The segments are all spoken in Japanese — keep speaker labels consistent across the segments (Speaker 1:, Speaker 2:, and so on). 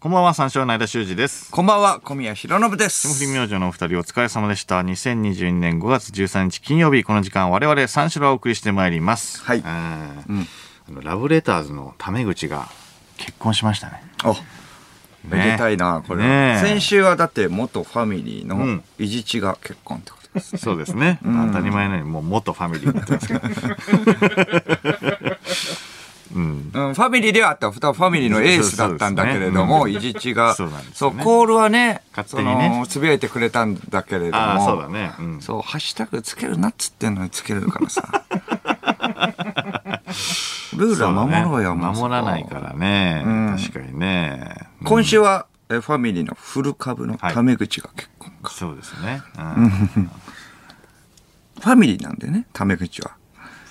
Speaker 1: こんばんは、三照の間修二です。
Speaker 2: こんばんは、小宮浩信です。
Speaker 1: 霜降り明星のお二人お疲れ様でした。2022年5月13日金曜日、この時間我々三四郎をお送りしてまいります。
Speaker 2: はい
Speaker 1: うんあのラブレターズのタメ口が結婚しましたね。
Speaker 2: お、めでたいな、これは、
Speaker 1: ねえ
Speaker 2: 先週はだって元ファミリー
Speaker 1: う
Speaker 2: の
Speaker 1: ん
Speaker 2: いじちが結婚ってことです。
Speaker 1: そうですね。当たり前のようにもう元ファミリーになってますけど。うん。
Speaker 2: うん、ファミリーではあった、ふたファミリーのエースだったんだけれども、
Speaker 1: そうそうそう
Speaker 2: いじちが、
Speaker 1: そうなんですよね
Speaker 2: そうコールはね、
Speaker 1: 勝手にね
Speaker 2: そのつぶやいてくれたんだけれども、
Speaker 1: ああ、そうだね。うん。
Speaker 2: そうハッシュタグつけるなっつってんのにつけるか らさ。ルールは守ろう
Speaker 1: そだ
Speaker 2: よ、も
Speaker 1: ね
Speaker 2: う
Speaker 1: 守らないからね。
Speaker 2: うん
Speaker 1: 確かにね。
Speaker 2: 今週は、えファミリーのフル株のタメ口が結婚か。
Speaker 1: そうですね。うん
Speaker 2: ファミリーなんでね、タメ口は。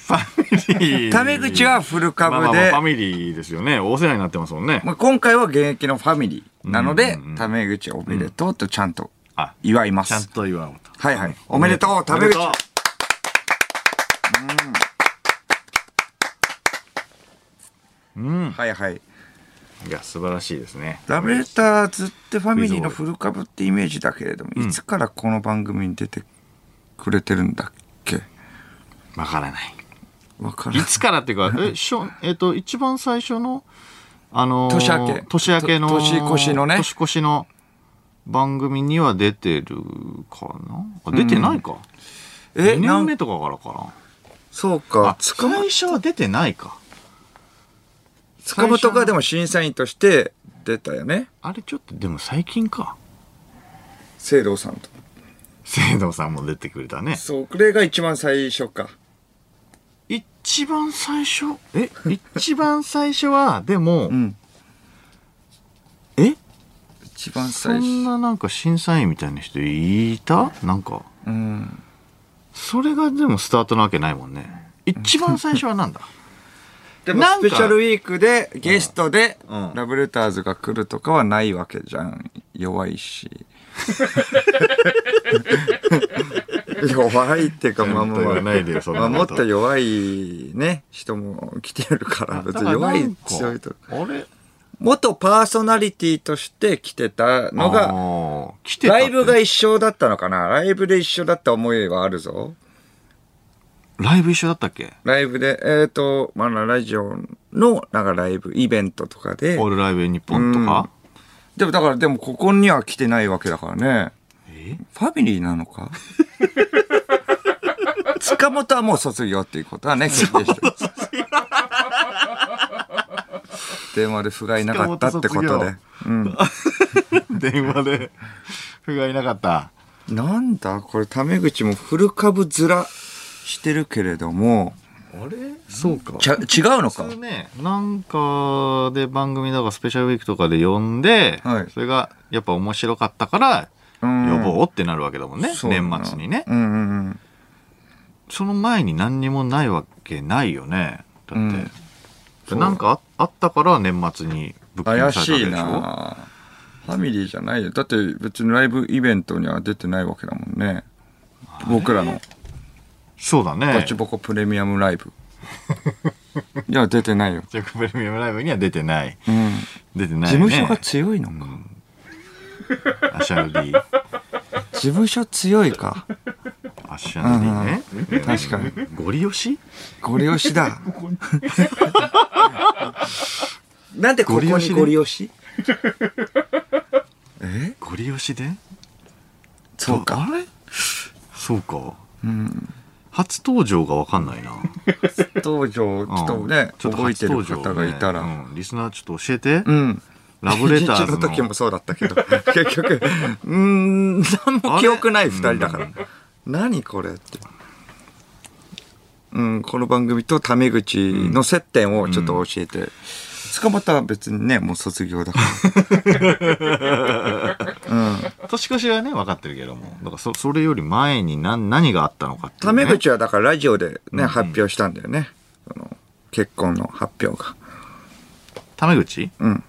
Speaker 1: ファミリー。
Speaker 2: タメ口はフル
Speaker 1: まあま
Speaker 2: 株
Speaker 1: あまあ
Speaker 2: で
Speaker 1: ファ、ミリーですよね。お世話になってますもんね。
Speaker 2: まあ、今回は現役のファミリーなので
Speaker 1: うんうんうん、
Speaker 2: タメ口おめでとうとちゃんと
Speaker 1: あ、
Speaker 2: 祝いま
Speaker 1: ちゃん
Speaker 2: す。
Speaker 1: と言わんと。
Speaker 2: はいはい。おめでとう、タメ口。
Speaker 1: おめでとううん。
Speaker 2: はいはい。
Speaker 1: いや、素晴らしいですね。
Speaker 2: ラブレターズってファミリーのフル株ってイメージだけれども、いつからこの番組に出てくれてるんだっけ
Speaker 1: わからない。
Speaker 2: わから
Speaker 1: い
Speaker 2: ん。
Speaker 1: つからっていう か、え、しょ、えっと、一番最初の、あのー、
Speaker 2: 年明け
Speaker 1: 年明けの、
Speaker 2: と年越しのね
Speaker 1: 年越しの番組には出てるかなあ出てないか。
Speaker 2: え、
Speaker 1: 2
Speaker 2: な
Speaker 1: 年
Speaker 2: ん
Speaker 1: 目とかからか
Speaker 2: そう
Speaker 1: な。
Speaker 2: か
Speaker 1: あ、。最初は出てないか。
Speaker 2: 塚本がでも審査員として出たよね。
Speaker 1: あれちょっと、でも最近か。
Speaker 2: 聖堂さんと。
Speaker 1: 聖堂さんも出てくれたね。
Speaker 2: そう、これが一番最初か。
Speaker 1: 一番最初え一番最初は、でも、
Speaker 2: ん。
Speaker 1: え
Speaker 2: 一番
Speaker 1: そ
Speaker 2: 最
Speaker 1: ん
Speaker 2: 初。
Speaker 1: ななんか審査員みたいな人いたなんか、
Speaker 2: うん。
Speaker 1: それがでもスタートなわけないもんね。一番最初はなん だ
Speaker 2: でも
Speaker 1: なんか
Speaker 2: スペシャルウィークでゲストで
Speaker 1: うん
Speaker 2: ラブレターズが来るとかはないわけじゃん弱い し弱いっていうかまあまあまあ
Speaker 1: ないでよ、そん
Speaker 2: まあ
Speaker 1: な
Speaker 2: も
Speaker 1: こ
Speaker 2: っと弱いね人も来てるから別に弱い強いと
Speaker 1: あれ
Speaker 2: 元パーソナリティとして来てたの
Speaker 1: あ
Speaker 2: が
Speaker 1: ー来てたっ
Speaker 2: ラ
Speaker 1: て
Speaker 2: イブが一緒だったのかなライブで一緒だった思いはあるぞ
Speaker 1: ライブ一緒だったっけ
Speaker 2: ライブでえっ、とまあラジオのなんかライブイベントとかで
Speaker 1: オールライブ日本とか、
Speaker 2: でもだからでもここには来てないわけだからね。
Speaker 1: え
Speaker 2: ファミリーなのか塚本はもう卒業っていうことはね、 決定してる。電話で不甲斐なかったってこ
Speaker 1: 塚
Speaker 2: とで
Speaker 1: 本。
Speaker 2: うん。
Speaker 1: 電話で、 不甲斐なかった。
Speaker 2: なんだこれ、タメ口もフル株面してるけれども、
Speaker 1: あれそうか。
Speaker 2: ちゃ違うのか
Speaker 1: 普通ねなんかで番組だからスペシャルウィークとかで呼んで、
Speaker 2: はい
Speaker 1: それがやっぱ面白かったから呼
Speaker 2: 予
Speaker 1: ぼうってなるわけだもんね、年末にね、
Speaker 2: うんうんうん。
Speaker 1: その前に何にもないわけないよねだって、
Speaker 2: うんそう
Speaker 1: なんかああったから年末にブッキング
Speaker 2: 怪
Speaker 1: されたわ
Speaker 2: し
Speaker 1: けで
Speaker 2: い
Speaker 1: しょ
Speaker 2: なファミリーじゃないよだって別にライブイベントには出てないわけだもんね僕らの
Speaker 1: そうだ
Speaker 2: ガ
Speaker 1: ね
Speaker 2: チボコプレミアムラ イブいや出てないよ、
Speaker 1: ジャックプレミアムライブには出てない
Speaker 2: うん
Speaker 1: 出てな
Speaker 2: 事
Speaker 1: い、ね、
Speaker 2: 務所が強いのか、
Speaker 1: アシャルディ
Speaker 2: 事務所強いか
Speaker 1: アシャルディね、
Speaker 2: 確かに
Speaker 1: ゴリ押し
Speaker 2: ゴリ押しだ なんでここに
Speaker 1: ゴリ押しね
Speaker 2: ゴリ押しえ
Speaker 1: ゴリ押しで
Speaker 2: そうか
Speaker 1: あれそうか
Speaker 2: うん
Speaker 1: 初登場がわかんないな
Speaker 2: 登 場ちょっとね、
Speaker 1: ちょっと
Speaker 2: 覚え
Speaker 1: 初
Speaker 2: てる
Speaker 1: 登場ね
Speaker 2: 方がいたら、
Speaker 1: うんリスナーちょっと教えて。
Speaker 2: うん
Speaker 1: ラブレター
Speaker 2: 一
Speaker 1: ズ
Speaker 2: の
Speaker 1: の。
Speaker 2: 時もそうだったけど結局うーん何も記憶ない2人だから何これってうんこの番組とタメ口の接点をちょっと教えて、塚本は別にねもう卒業 だか
Speaker 1: 年越しはね、分かってるけども。だからそ、それより前に何、何があったのかってい
Speaker 2: らタ
Speaker 1: うね、
Speaker 2: メ口はだからラジオでね、発表したんだよねその結婚の発表が
Speaker 1: タメ口
Speaker 2: うん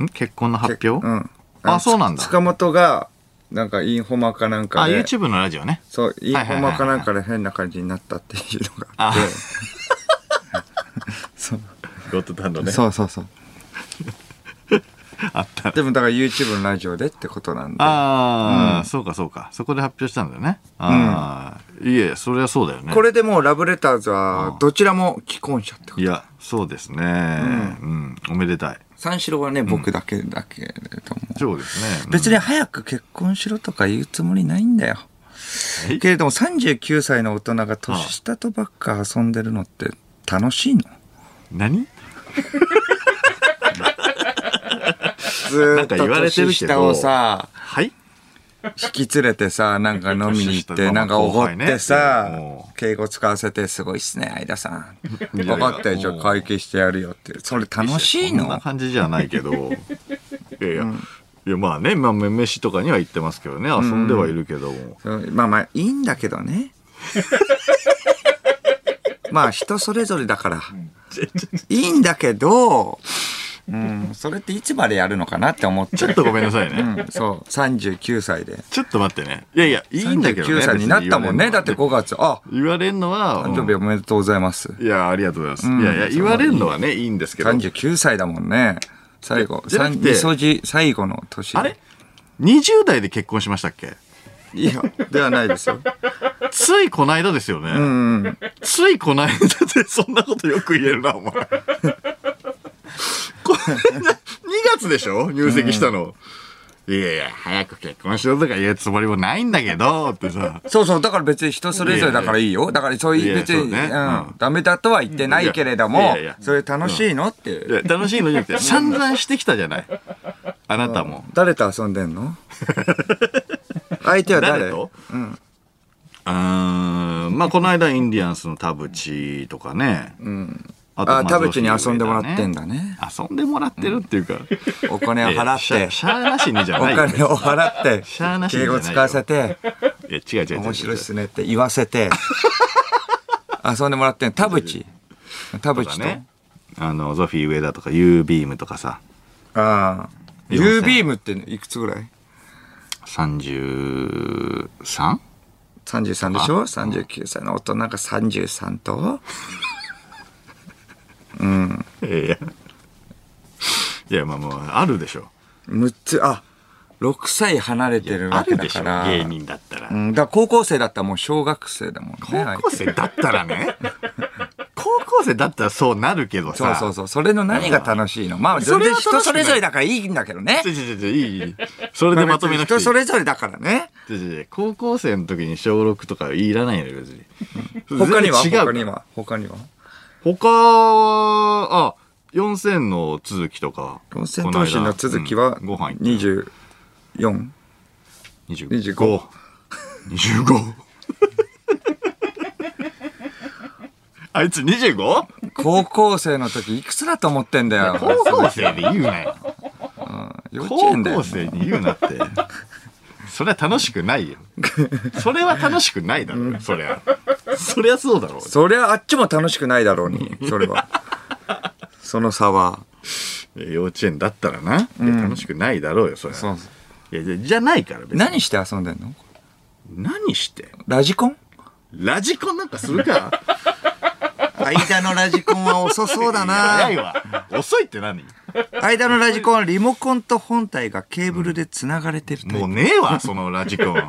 Speaker 1: ん結婚の発表、
Speaker 2: うん
Speaker 1: あそうなんだ
Speaker 2: 塚本がなんかインフォマかなん
Speaker 1: あ、
Speaker 2: かで
Speaker 1: YouTube のラジオね。
Speaker 2: そう、インフ
Speaker 1: はいはい
Speaker 2: ォ
Speaker 1: はい
Speaker 2: マかなんかで変な感じになったっていうのが あって。そう
Speaker 1: ゴッドタンド
Speaker 2: そうそうそう。
Speaker 1: あった
Speaker 2: でもだから YouTube のラジオでってことなんで。
Speaker 1: ああ、
Speaker 2: うん
Speaker 1: そうかそうか。そこで発表したんだよね。ああ、いえ、それはそうだよね。
Speaker 2: これでもうラブレターズはどちらも既婚者ってこと
Speaker 1: い。や、そうですね。うん、おめでたい。
Speaker 2: 三四郎はね、僕だけだけれども。
Speaker 1: そうですね。うん
Speaker 2: 別に早く結婚しろとか言うつもりないんだよ。
Speaker 1: え
Speaker 2: けれども39歳の大人が年下とばっか遊んでるのって楽しいの
Speaker 1: 何
Speaker 2: ずーっと
Speaker 1: なんか言われてるけど
Speaker 2: 年下をさ、
Speaker 1: はい
Speaker 2: 引き連れてさ、なんか飲みに行っ
Speaker 1: 年下
Speaker 2: て、
Speaker 1: の
Speaker 2: なんかおごっ
Speaker 1: 後輩ね
Speaker 2: てさ
Speaker 1: も、
Speaker 2: 敬語使わせて、すごいっすね、相田さん。
Speaker 1: いやいや
Speaker 2: 分かったよ、じゃあ
Speaker 1: もう
Speaker 2: 会計してやるよって。それ楽しい
Speaker 1: そんな
Speaker 2: の
Speaker 1: 感じじゃない けど。いやいや。いやまあね、まあ、め飯とかには行ってますけどね、遊んではいるけども。
Speaker 2: そうまあまあ、いいんだけど ね。まあ、人それぞれだから。いいんだけど、うん、それっていつまでやるのかなって思っち
Speaker 1: ち
Speaker 2: ゃ。
Speaker 1: ょっとごめんなさいう
Speaker 2: う
Speaker 1: ね。
Speaker 2: ん、そう、39歳で。
Speaker 1: ちょっと待ってね。いやいや、いいんだけどね。
Speaker 2: 39歳になったもんね。だって
Speaker 1: こ
Speaker 2: 5月。あ、
Speaker 1: う。言われんのは、
Speaker 2: 誕生日おめでとうございます。
Speaker 1: いや、ありがとうございます。
Speaker 2: うん
Speaker 1: いやいや、言われるのはね、いいんですけど。
Speaker 2: 39歳だもんね。最後。
Speaker 1: じゃな
Speaker 2: 三
Speaker 1: くて
Speaker 2: みそじ最後の年。
Speaker 1: あれ ?20 代で結婚しましたっけ
Speaker 2: いや、ではないですよ。
Speaker 1: ついこの間ですよね。
Speaker 2: うん。
Speaker 1: ついこの間で そんなことよく言えるな、お前。これ、2月でしょ入籍したの。いやいや、早く結婚しろとか言うつもりもないんだけど、ってさ。
Speaker 2: そうそう、だから別に人それぞれだからいいよ。だからそうい
Speaker 1: いうや
Speaker 2: 別に、
Speaker 1: そうね
Speaker 2: う
Speaker 1: うん
Speaker 2: ん、ダメだとは言ってないけれど
Speaker 1: いや
Speaker 2: も
Speaker 1: いやいや、
Speaker 2: それ楽しいのってい。
Speaker 1: いうや楽しいのじゃなくて、散々してきたじゃない。あなたも。
Speaker 2: 誰と遊んでんの相手は誰
Speaker 1: 誰と
Speaker 2: うん。
Speaker 1: うーん。まあ、この間、インディアンスの田淵とかね。
Speaker 2: うん。
Speaker 1: あ
Speaker 2: あ、田淵に
Speaker 1: 松尾
Speaker 2: 遊んでもらってん
Speaker 1: ね
Speaker 2: だね。
Speaker 1: 遊んでもらってるっていうか、
Speaker 2: お金を払
Speaker 1: いや
Speaker 2: っ、
Speaker 1: してゃしゃあなしにじゃ
Speaker 2: お
Speaker 1: ないよね
Speaker 2: 金を払って
Speaker 1: しゃあな、しにじ
Speaker 2: 敬
Speaker 1: ゃない
Speaker 2: 語
Speaker 1: よ
Speaker 2: 使わせて、
Speaker 1: いや違う違う違う
Speaker 2: 面白いっすねって言わ せて遊んでもらってん田淵
Speaker 1: と
Speaker 2: 田淵
Speaker 1: か
Speaker 2: と、
Speaker 1: ねあのゾフィー上田とか U ビームとかさ
Speaker 2: ああ
Speaker 1: いません
Speaker 2: U ビームっていくつぐらい
Speaker 1: 33?
Speaker 2: 33でしょ39歳の大人が33と
Speaker 1: いやいやいやまあもうあるでしょ
Speaker 2: 6つあ6歳離れてる
Speaker 1: あ
Speaker 2: わけ
Speaker 1: る
Speaker 2: だ
Speaker 1: でし
Speaker 2: か
Speaker 1: ょ
Speaker 2: ら
Speaker 1: 芸人だったら、
Speaker 2: うん、だから高校生だったらもう小学生だもんね
Speaker 1: 高校生だったらね高校生だったらそうなるけど
Speaker 2: そう
Speaker 1: さ
Speaker 2: そうそうそれの何が楽しいのまあ
Speaker 1: そ
Speaker 2: 全
Speaker 1: れ
Speaker 2: 然
Speaker 1: は楽しくない
Speaker 2: 人それぞれだからいいんだけどね
Speaker 1: ちょちょちょいいいいそれでまとめなくていい
Speaker 2: 人それぞれだからね
Speaker 1: ちょちょちょ高校生の時に小6とかいらないのよ別に
Speaker 2: 他には
Speaker 1: 全然違う
Speaker 2: 他には他には
Speaker 1: 他は、あ、4000の続きとか。
Speaker 2: 四千頭身の続きは
Speaker 1: うんご飯行っ
Speaker 2: 24、
Speaker 1: た25。
Speaker 2: 25
Speaker 1: 25 あいつ 25?
Speaker 2: 高校生の時いくつだと思ってんだよ
Speaker 1: 高校生で言うなよ。
Speaker 2: 幼稚
Speaker 1: 高
Speaker 2: 園だよ
Speaker 1: 校生に言うなって。それは楽しくないよ。それは楽しくないだろう、そりゃ。そりゃそうだろう。
Speaker 2: そりゃあっちも楽しくないだろう にそれはその差は
Speaker 1: 幼稚園だったらな。いや楽しくないだろうよ、そりゃ。
Speaker 2: そう
Speaker 1: いやじゃじゃないから、別に
Speaker 2: 何して遊んでんの
Speaker 1: 何して
Speaker 2: ラジコン
Speaker 1: ラジコンなんかするか
Speaker 2: 間のラジコンは遅そうだ
Speaker 1: 早 い
Speaker 2: な
Speaker 1: わ。遅いって何
Speaker 2: 間のラジコンはリモコンと本体がケーブルでつながれてるタイ
Speaker 1: もうねえわ、そのラジコ ン。
Speaker 2: プ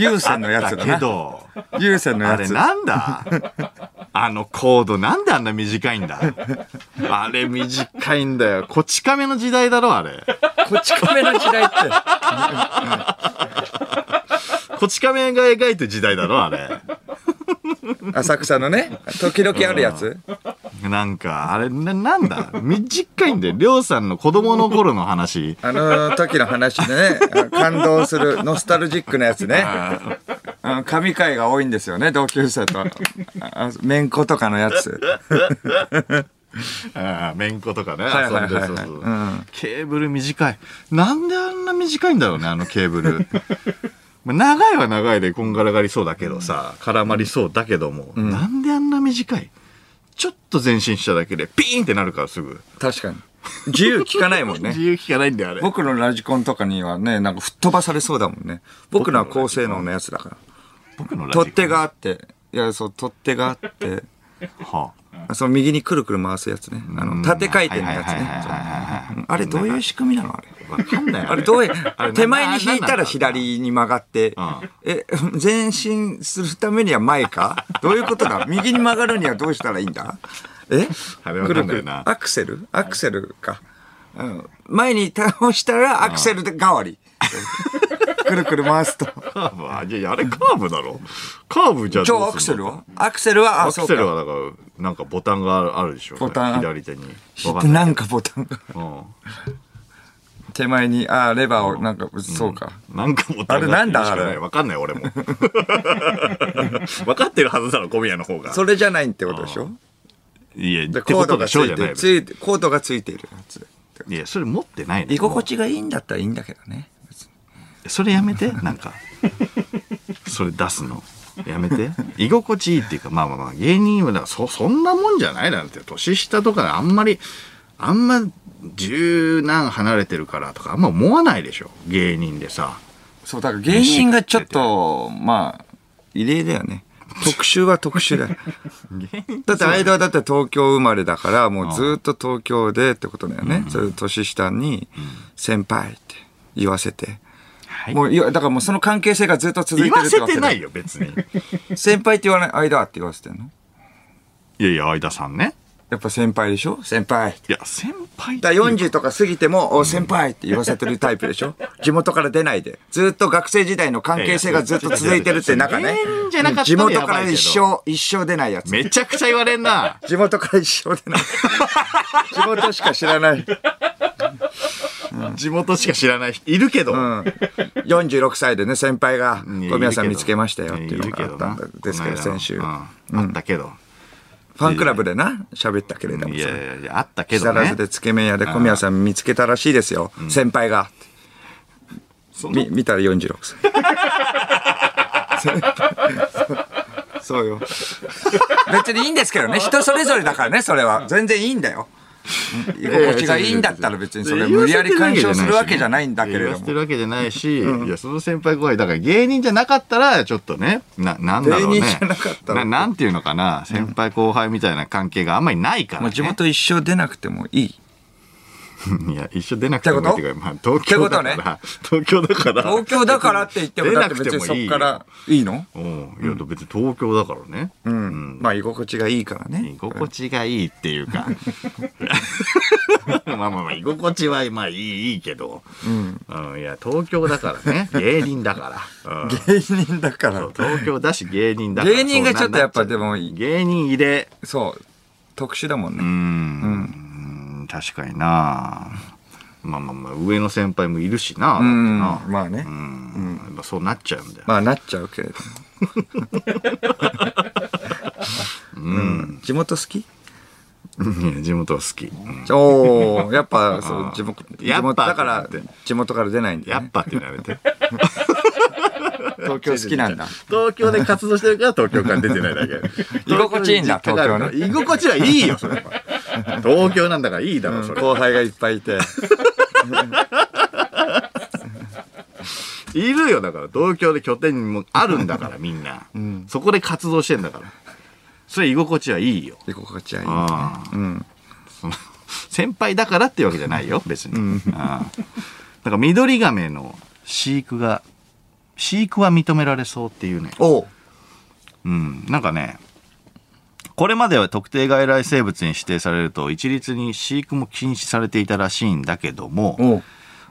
Speaker 2: 有線のや
Speaker 1: だ
Speaker 2: つだ
Speaker 1: け
Speaker 2: な
Speaker 1: ど、
Speaker 2: 有線の
Speaker 1: あ
Speaker 2: や
Speaker 1: れ
Speaker 2: つ
Speaker 1: なんだ あのコードなんであんな短いんだあれ短いんだよ。こち亀の時代だろ、あれ。
Speaker 2: こち亀の時代って
Speaker 1: こち亀が描いてる時代だろ、あれ。
Speaker 2: 浅草のね時々 あるやつ
Speaker 1: なんか、あれな、なんだ短いんだよ。りょうさんの子供の頃の話。
Speaker 2: あの時の話 ね、感動するノスタルジックなやつね。あの神回が多いんですよね、同級生と。ああめんことかのやつ。
Speaker 1: ああ、めんことかね。
Speaker 2: はいはいはいはい
Speaker 1: 遊んでるそうそう
Speaker 2: うん
Speaker 1: ケーブル短い。なんであんな短いんだろうね、あのケーブル。 まあ長いは長いでこんがらがりそうだけどさ、絡まりそうだけども、なんであんな短いちょっと前進しただけでピーンってなるからすぐ。
Speaker 2: 確かに。自由聞かないもん
Speaker 1: 自
Speaker 2: ね。
Speaker 1: 由聞かないんだよ、あれ。
Speaker 2: 僕のラジコンとかにはね、なんか吹っ飛ばされそうだもんね。僕のは高性能のやつだから。
Speaker 1: 僕のラジコン
Speaker 2: 取っ手。があって、いや、そう、取っ手があって、
Speaker 1: はあ
Speaker 2: その右にくるくる回すやつね。あの、縦回転のやつ
Speaker 1: はいはいはいはいはいはい
Speaker 2: ね。あれどういう仕組みなのあれ。
Speaker 1: わかんない。
Speaker 2: あれどうや
Speaker 1: あれ
Speaker 2: 手前に引いたら左に曲がって
Speaker 1: ん、
Speaker 2: え、 前進するためには前かどういうことだ右に曲がるにはどうしたらいいんだえ
Speaker 1: あれわかんないな
Speaker 2: アクセルアクセルか。うん前に倒したらアクセルで代 わり。くるくる回すと。
Speaker 1: カーブは、いやいや、あれカーブだろ。カーブじゃどうすん
Speaker 2: 超
Speaker 1: の
Speaker 2: アクセルは
Speaker 1: ア
Speaker 2: アクセルは、あ、
Speaker 1: ク
Speaker 2: そう
Speaker 1: セル
Speaker 2: か。
Speaker 1: はだから、なんかボタンがあるあるでしょ。
Speaker 2: ボタン
Speaker 1: 左手に。わかんない。
Speaker 2: なんかボタンが。
Speaker 1: う
Speaker 2: 手前に、あ、レバーを、なんか、そうか。
Speaker 1: ん。なんかボタンが
Speaker 2: あれなんだあれ
Speaker 1: しかないわかんない、俺 も。わかってるはずだろ、小宮の方が。
Speaker 2: それじゃないってことでしょ
Speaker 1: いや、っ
Speaker 2: で
Speaker 1: て
Speaker 2: コ
Speaker 1: こ
Speaker 2: ー
Speaker 1: と
Speaker 2: ドが
Speaker 1: で
Speaker 2: つ
Speaker 1: しょうじ
Speaker 2: い
Speaker 1: ゃな
Speaker 2: て
Speaker 1: い
Speaker 2: るついてコードがついてるやつ
Speaker 1: いや、それ持ってないの
Speaker 2: 居心地がいいんだったらいいんだけどね別に
Speaker 1: それやめて、なんか。それ出すの。やめて。居心地いいっていうか、まあまあまあ、芸人はだからそ、そんなもんじゃないなんて、年下とかであんまり、あんま、十何離れてるからとか、あんま思わないでしょ。芸人でさ。
Speaker 2: そうだから芸人がちょっとまあ異例だよね特集は特集だ よだって間はだって東京生まれだからもうずっと東京でってことだよね、それ年下に「先輩」って言わせて、
Speaker 1: はい
Speaker 2: もういやだからもうその関係性がずっと続い
Speaker 1: 言
Speaker 2: てるっ
Speaker 1: わ
Speaker 2: て
Speaker 1: せ
Speaker 2: わけ
Speaker 1: て
Speaker 2: だ
Speaker 1: ないよ、別に。
Speaker 2: 先輩って言わない間って言わせてんの
Speaker 1: いやいや、相田さんね。
Speaker 2: やっぱ先輩でしょ先輩
Speaker 1: いや、先輩
Speaker 2: だから40とか過ぎても、お先輩って言わせてるタイプで しょ地元から出ないで。ずっと学生時代の関係性がずっと続いてるって中ね
Speaker 1: いやいやそれ芸人じゃなか。った
Speaker 2: 地
Speaker 1: らやばいけど
Speaker 2: 元から一生、一生出ないやつ。
Speaker 1: めちゃくちゃ言われんな。
Speaker 2: 地元から一 生出ない。地元しか知らない。
Speaker 1: 地元しか知らない人いるけど。
Speaker 2: うん。46歳でね、先輩が、
Speaker 1: いや
Speaker 2: 小宮さん見つけましたよっていうのがあった
Speaker 1: いる
Speaker 2: ん
Speaker 1: な
Speaker 2: ですけ
Speaker 1: この間
Speaker 2: ど、
Speaker 1: の
Speaker 2: 先週。
Speaker 1: うんあ
Speaker 2: フ
Speaker 1: ったけど。
Speaker 2: ァンクラブでな、喋ったけれども
Speaker 1: い
Speaker 2: さ
Speaker 1: やいやいや、あったけ
Speaker 2: 木
Speaker 1: ど
Speaker 2: 更
Speaker 1: ね
Speaker 2: 津。でつけ麺屋で小宮さん見つけたらしいですよ。先輩が。
Speaker 1: その
Speaker 2: み見たら46歳そうそうよ別にいいんですけどね人それぞれだからねそれは全然いいんだよ居心地がいいんだったら別にそれ無理やり干渉するわけじゃないんだけれ
Speaker 1: 言
Speaker 2: ど
Speaker 1: わせて
Speaker 2: も
Speaker 1: るわけじゃないし、いや、その先輩後輩、だから芸人じゃなかったら、ちょっとね、な、なんだろうね。
Speaker 2: 芸人じゃなかったら
Speaker 1: ななんていうのかな、先輩後輩みたいな関係があんまりないから、
Speaker 2: も
Speaker 1: ね。
Speaker 2: う地元一生出なくてもいい
Speaker 1: いや、一緒出なくてもいい
Speaker 2: ってこと
Speaker 1: いうかまあ、東京だから、
Speaker 2: って
Speaker 1: 東京だから。
Speaker 2: 東京だからって言っても
Speaker 1: 出
Speaker 2: だっ
Speaker 1: な
Speaker 2: て
Speaker 1: く
Speaker 2: 別
Speaker 1: てもい
Speaker 2: に
Speaker 1: い
Speaker 2: そっからいいの
Speaker 1: うん。いや、別に東京だからね。
Speaker 2: うん、まあ居心地がいいからね
Speaker 1: 居心地がいいっていうか。 まあまあまあ、居心地はまあいいいいけど。うん。いや、東京だからね。芸人だから。うん
Speaker 2: 芸人だか
Speaker 1: そう
Speaker 2: ら
Speaker 1: 東京だし芸人だから。
Speaker 2: 芸人がちょっとやっぱ
Speaker 1: そうな
Speaker 2: でもいい
Speaker 1: なっちゃう芸人入れ。
Speaker 2: そう特殊だもん
Speaker 1: う
Speaker 2: ね、
Speaker 1: ん。確かになまあまあまあ、上の先輩もいるしな。
Speaker 2: うん
Speaker 1: だってな
Speaker 2: まあね
Speaker 1: うん。やっぱそうなっちゃうんだよ。
Speaker 2: まあなっちゃうけれどもうん、地元好き
Speaker 1: うん 地元は好き。うん
Speaker 2: おおやっぱそう地元
Speaker 1: や
Speaker 2: 地
Speaker 1: っぱ
Speaker 2: 元だから地元から出ないんだ
Speaker 1: や
Speaker 2: よ、
Speaker 1: っ
Speaker 2: ね、
Speaker 1: ぱっていうのやめて。
Speaker 2: 東京好きなんだ
Speaker 1: 東京で活動してるから東京から出てない だけ。
Speaker 2: 居心地いいんだ
Speaker 1: 東京の実家があるから居心地はいいよ、それは。東京なんだからいいだろ、それ。
Speaker 2: 後輩がいっぱいいて
Speaker 1: いるよ、だから。東京で拠点もあるんだから、みんな。そこで活動してんだから。それ居心地はいいよ。
Speaker 2: 居心地はいい
Speaker 1: ああその 先輩だからっていうわけじゃないよ、別に。ああだから、緑亀の飼育が、飼育は認められそうっていうね。
Speaker 2: おう
Speaker 1: うん、なんかね、これまでは特定外来生物に指定されると一律に飼育も禁止されていたらしいんだけども、
Speaker 2: おう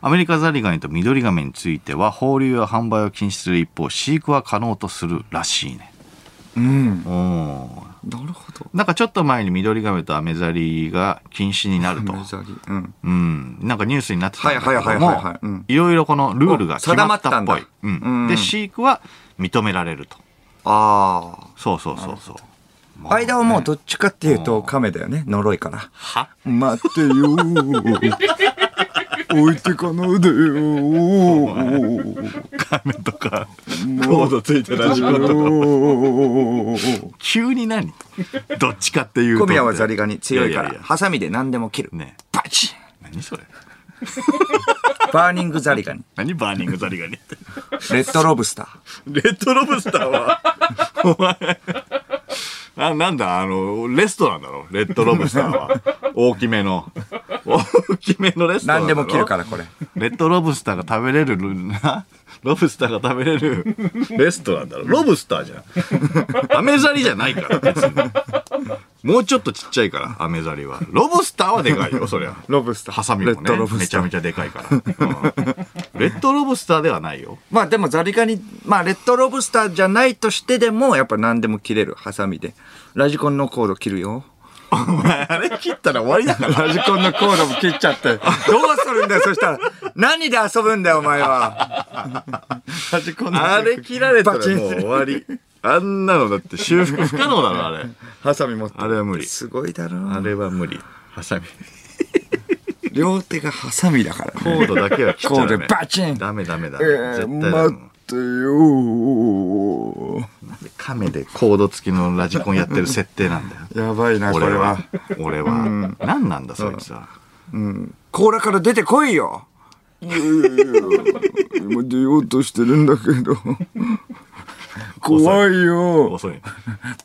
Speaker 1: アメリカザリガニとミドリガメについては放流や販売を禁止する一方、飼育は可能とするらしいね。
Speaker 2: うん
Speaker 1: お
Speaker 2: なるほど
Speaker 1: なんかちょっと前にミドリガメとアメザリが禁止になると。
Speaker 2: メジャーリーうん
Speaker 1: うん、なんかニュースになってたんだけ
Speaker 2: はい
Speaker 1: ど
Speaker 2: はい
Speaker 1: も
Speaker 2: はいはいはいうん
Speaker 1: いろいろこのルールが決まったっぽい
Speaker 2: 定まったんだ
Speaker 1: うん
Speaker 2: うん
Speaker 1: で飼育は認められると
Speaker 2: ああ
Speaker 1: そうそうそうそう
Speaker 2: 間はもうどっちかっていうと亀だよね呪いから
Speaker 1: は
Speaker 2: 待ってよ ー置いてかないでよー
Speaker 1: 亀とか、コードついてラジコとか。急に何どっちかっていうと。
Speaker 2: 小宮はザリガニ強
Speaker 1: い
Speaker 2: いか
Speaker 1: やい
Speaker 2: ら
Speaker 1: やいや
Speaker 2: ハサミで何でも切る
Speaker 1: ね
Speaker 2: バチ
Speaker 1: 何それ
Speaker 2: ッバーニングザリガニ
Speaker 1: 何バーニングザリガニって。
Speaker 2: レッドロブスター
Speaker 1: レッドロブスターは、お前、あなんだ、あの、レストランだろ、レッドロブスターは。 大きめの。大きめのレストラン
Speaker 2: 何
Speaker 1: だろ。
Speaker 2: でも切るから、これ。
Speaker 1: レッドロブスターが食べれるな、 ロブスターが食べれるレストランだろ。ロブスターじゃん。アメザリじゃないから、別に。もうちょっとちっちゃいから、アメザリは。ロブスターはでかいよ、そりゃ。
Speaker 2: ロブスター。
Speaker 1: ハサミも
Speaker 2: レッ
Speaker 1: ね
Speaker 2: ドロブ、
Speaker 1: め
Speaker 2: ス
Speaker 1: ち
Speaker 2: タ
Speaker 1: ゃ
Speaker 2: ー
Speaker 1: め。ちゃでかいから。うんレッドロブスターではないよ。
Speaker 2: まあでもザリガニ、まあレッドロブスターじゃないとしてでも、やっぱ何でも切れる、ハサミで。ラジコンのコード切るよ。
Speaker 1: お前、あれ切ったら終わりだから。
Speaker 2: ラジコンのコードも切っちゃって。どうするんだよ、そしたら。何で遊ぶんだよ、お前は。
Speaker 1: ラジコンあれ切られたらもう終わり。あんなのだって修復不可能だろ、あれ。
Speaker 2: ハサミ持って。
Speaker 1: あれは無理。
Speaker 2: すごいだろ
Speaker 1: あれは無理。ハサミ。
Speaker 2: 両手がハサミだから、
Speaker 1: コ
Speaker 2: ね。
Speaker 1: ードだけは切っちゃダ
Speaker 2: コード
Speaker 1: メ
Speaker 2: でバチン
Speaker 1: ダメダメダ
Speaker 2: え
Speaker 1: メ。
Speaker 2: ー、
Speaker 1: 絶対ダ
Speaker 2: 待
Speaker 1: メ。
Speaker 2: ってよ
Speaker 1: カメでコード付きのラジコンやってる設定なんだ よ。
Speaker 2: やばいな、こ
Speaker 1: 俺
Speaker 2: れは
Speaker 1: は。。俺は。何なんだ、そいつは。
Speaker 2: 甲羅から出てこいよいやいや今出ようとしてるんだけ ど。怖いよ
Speaker 1: 遅い。や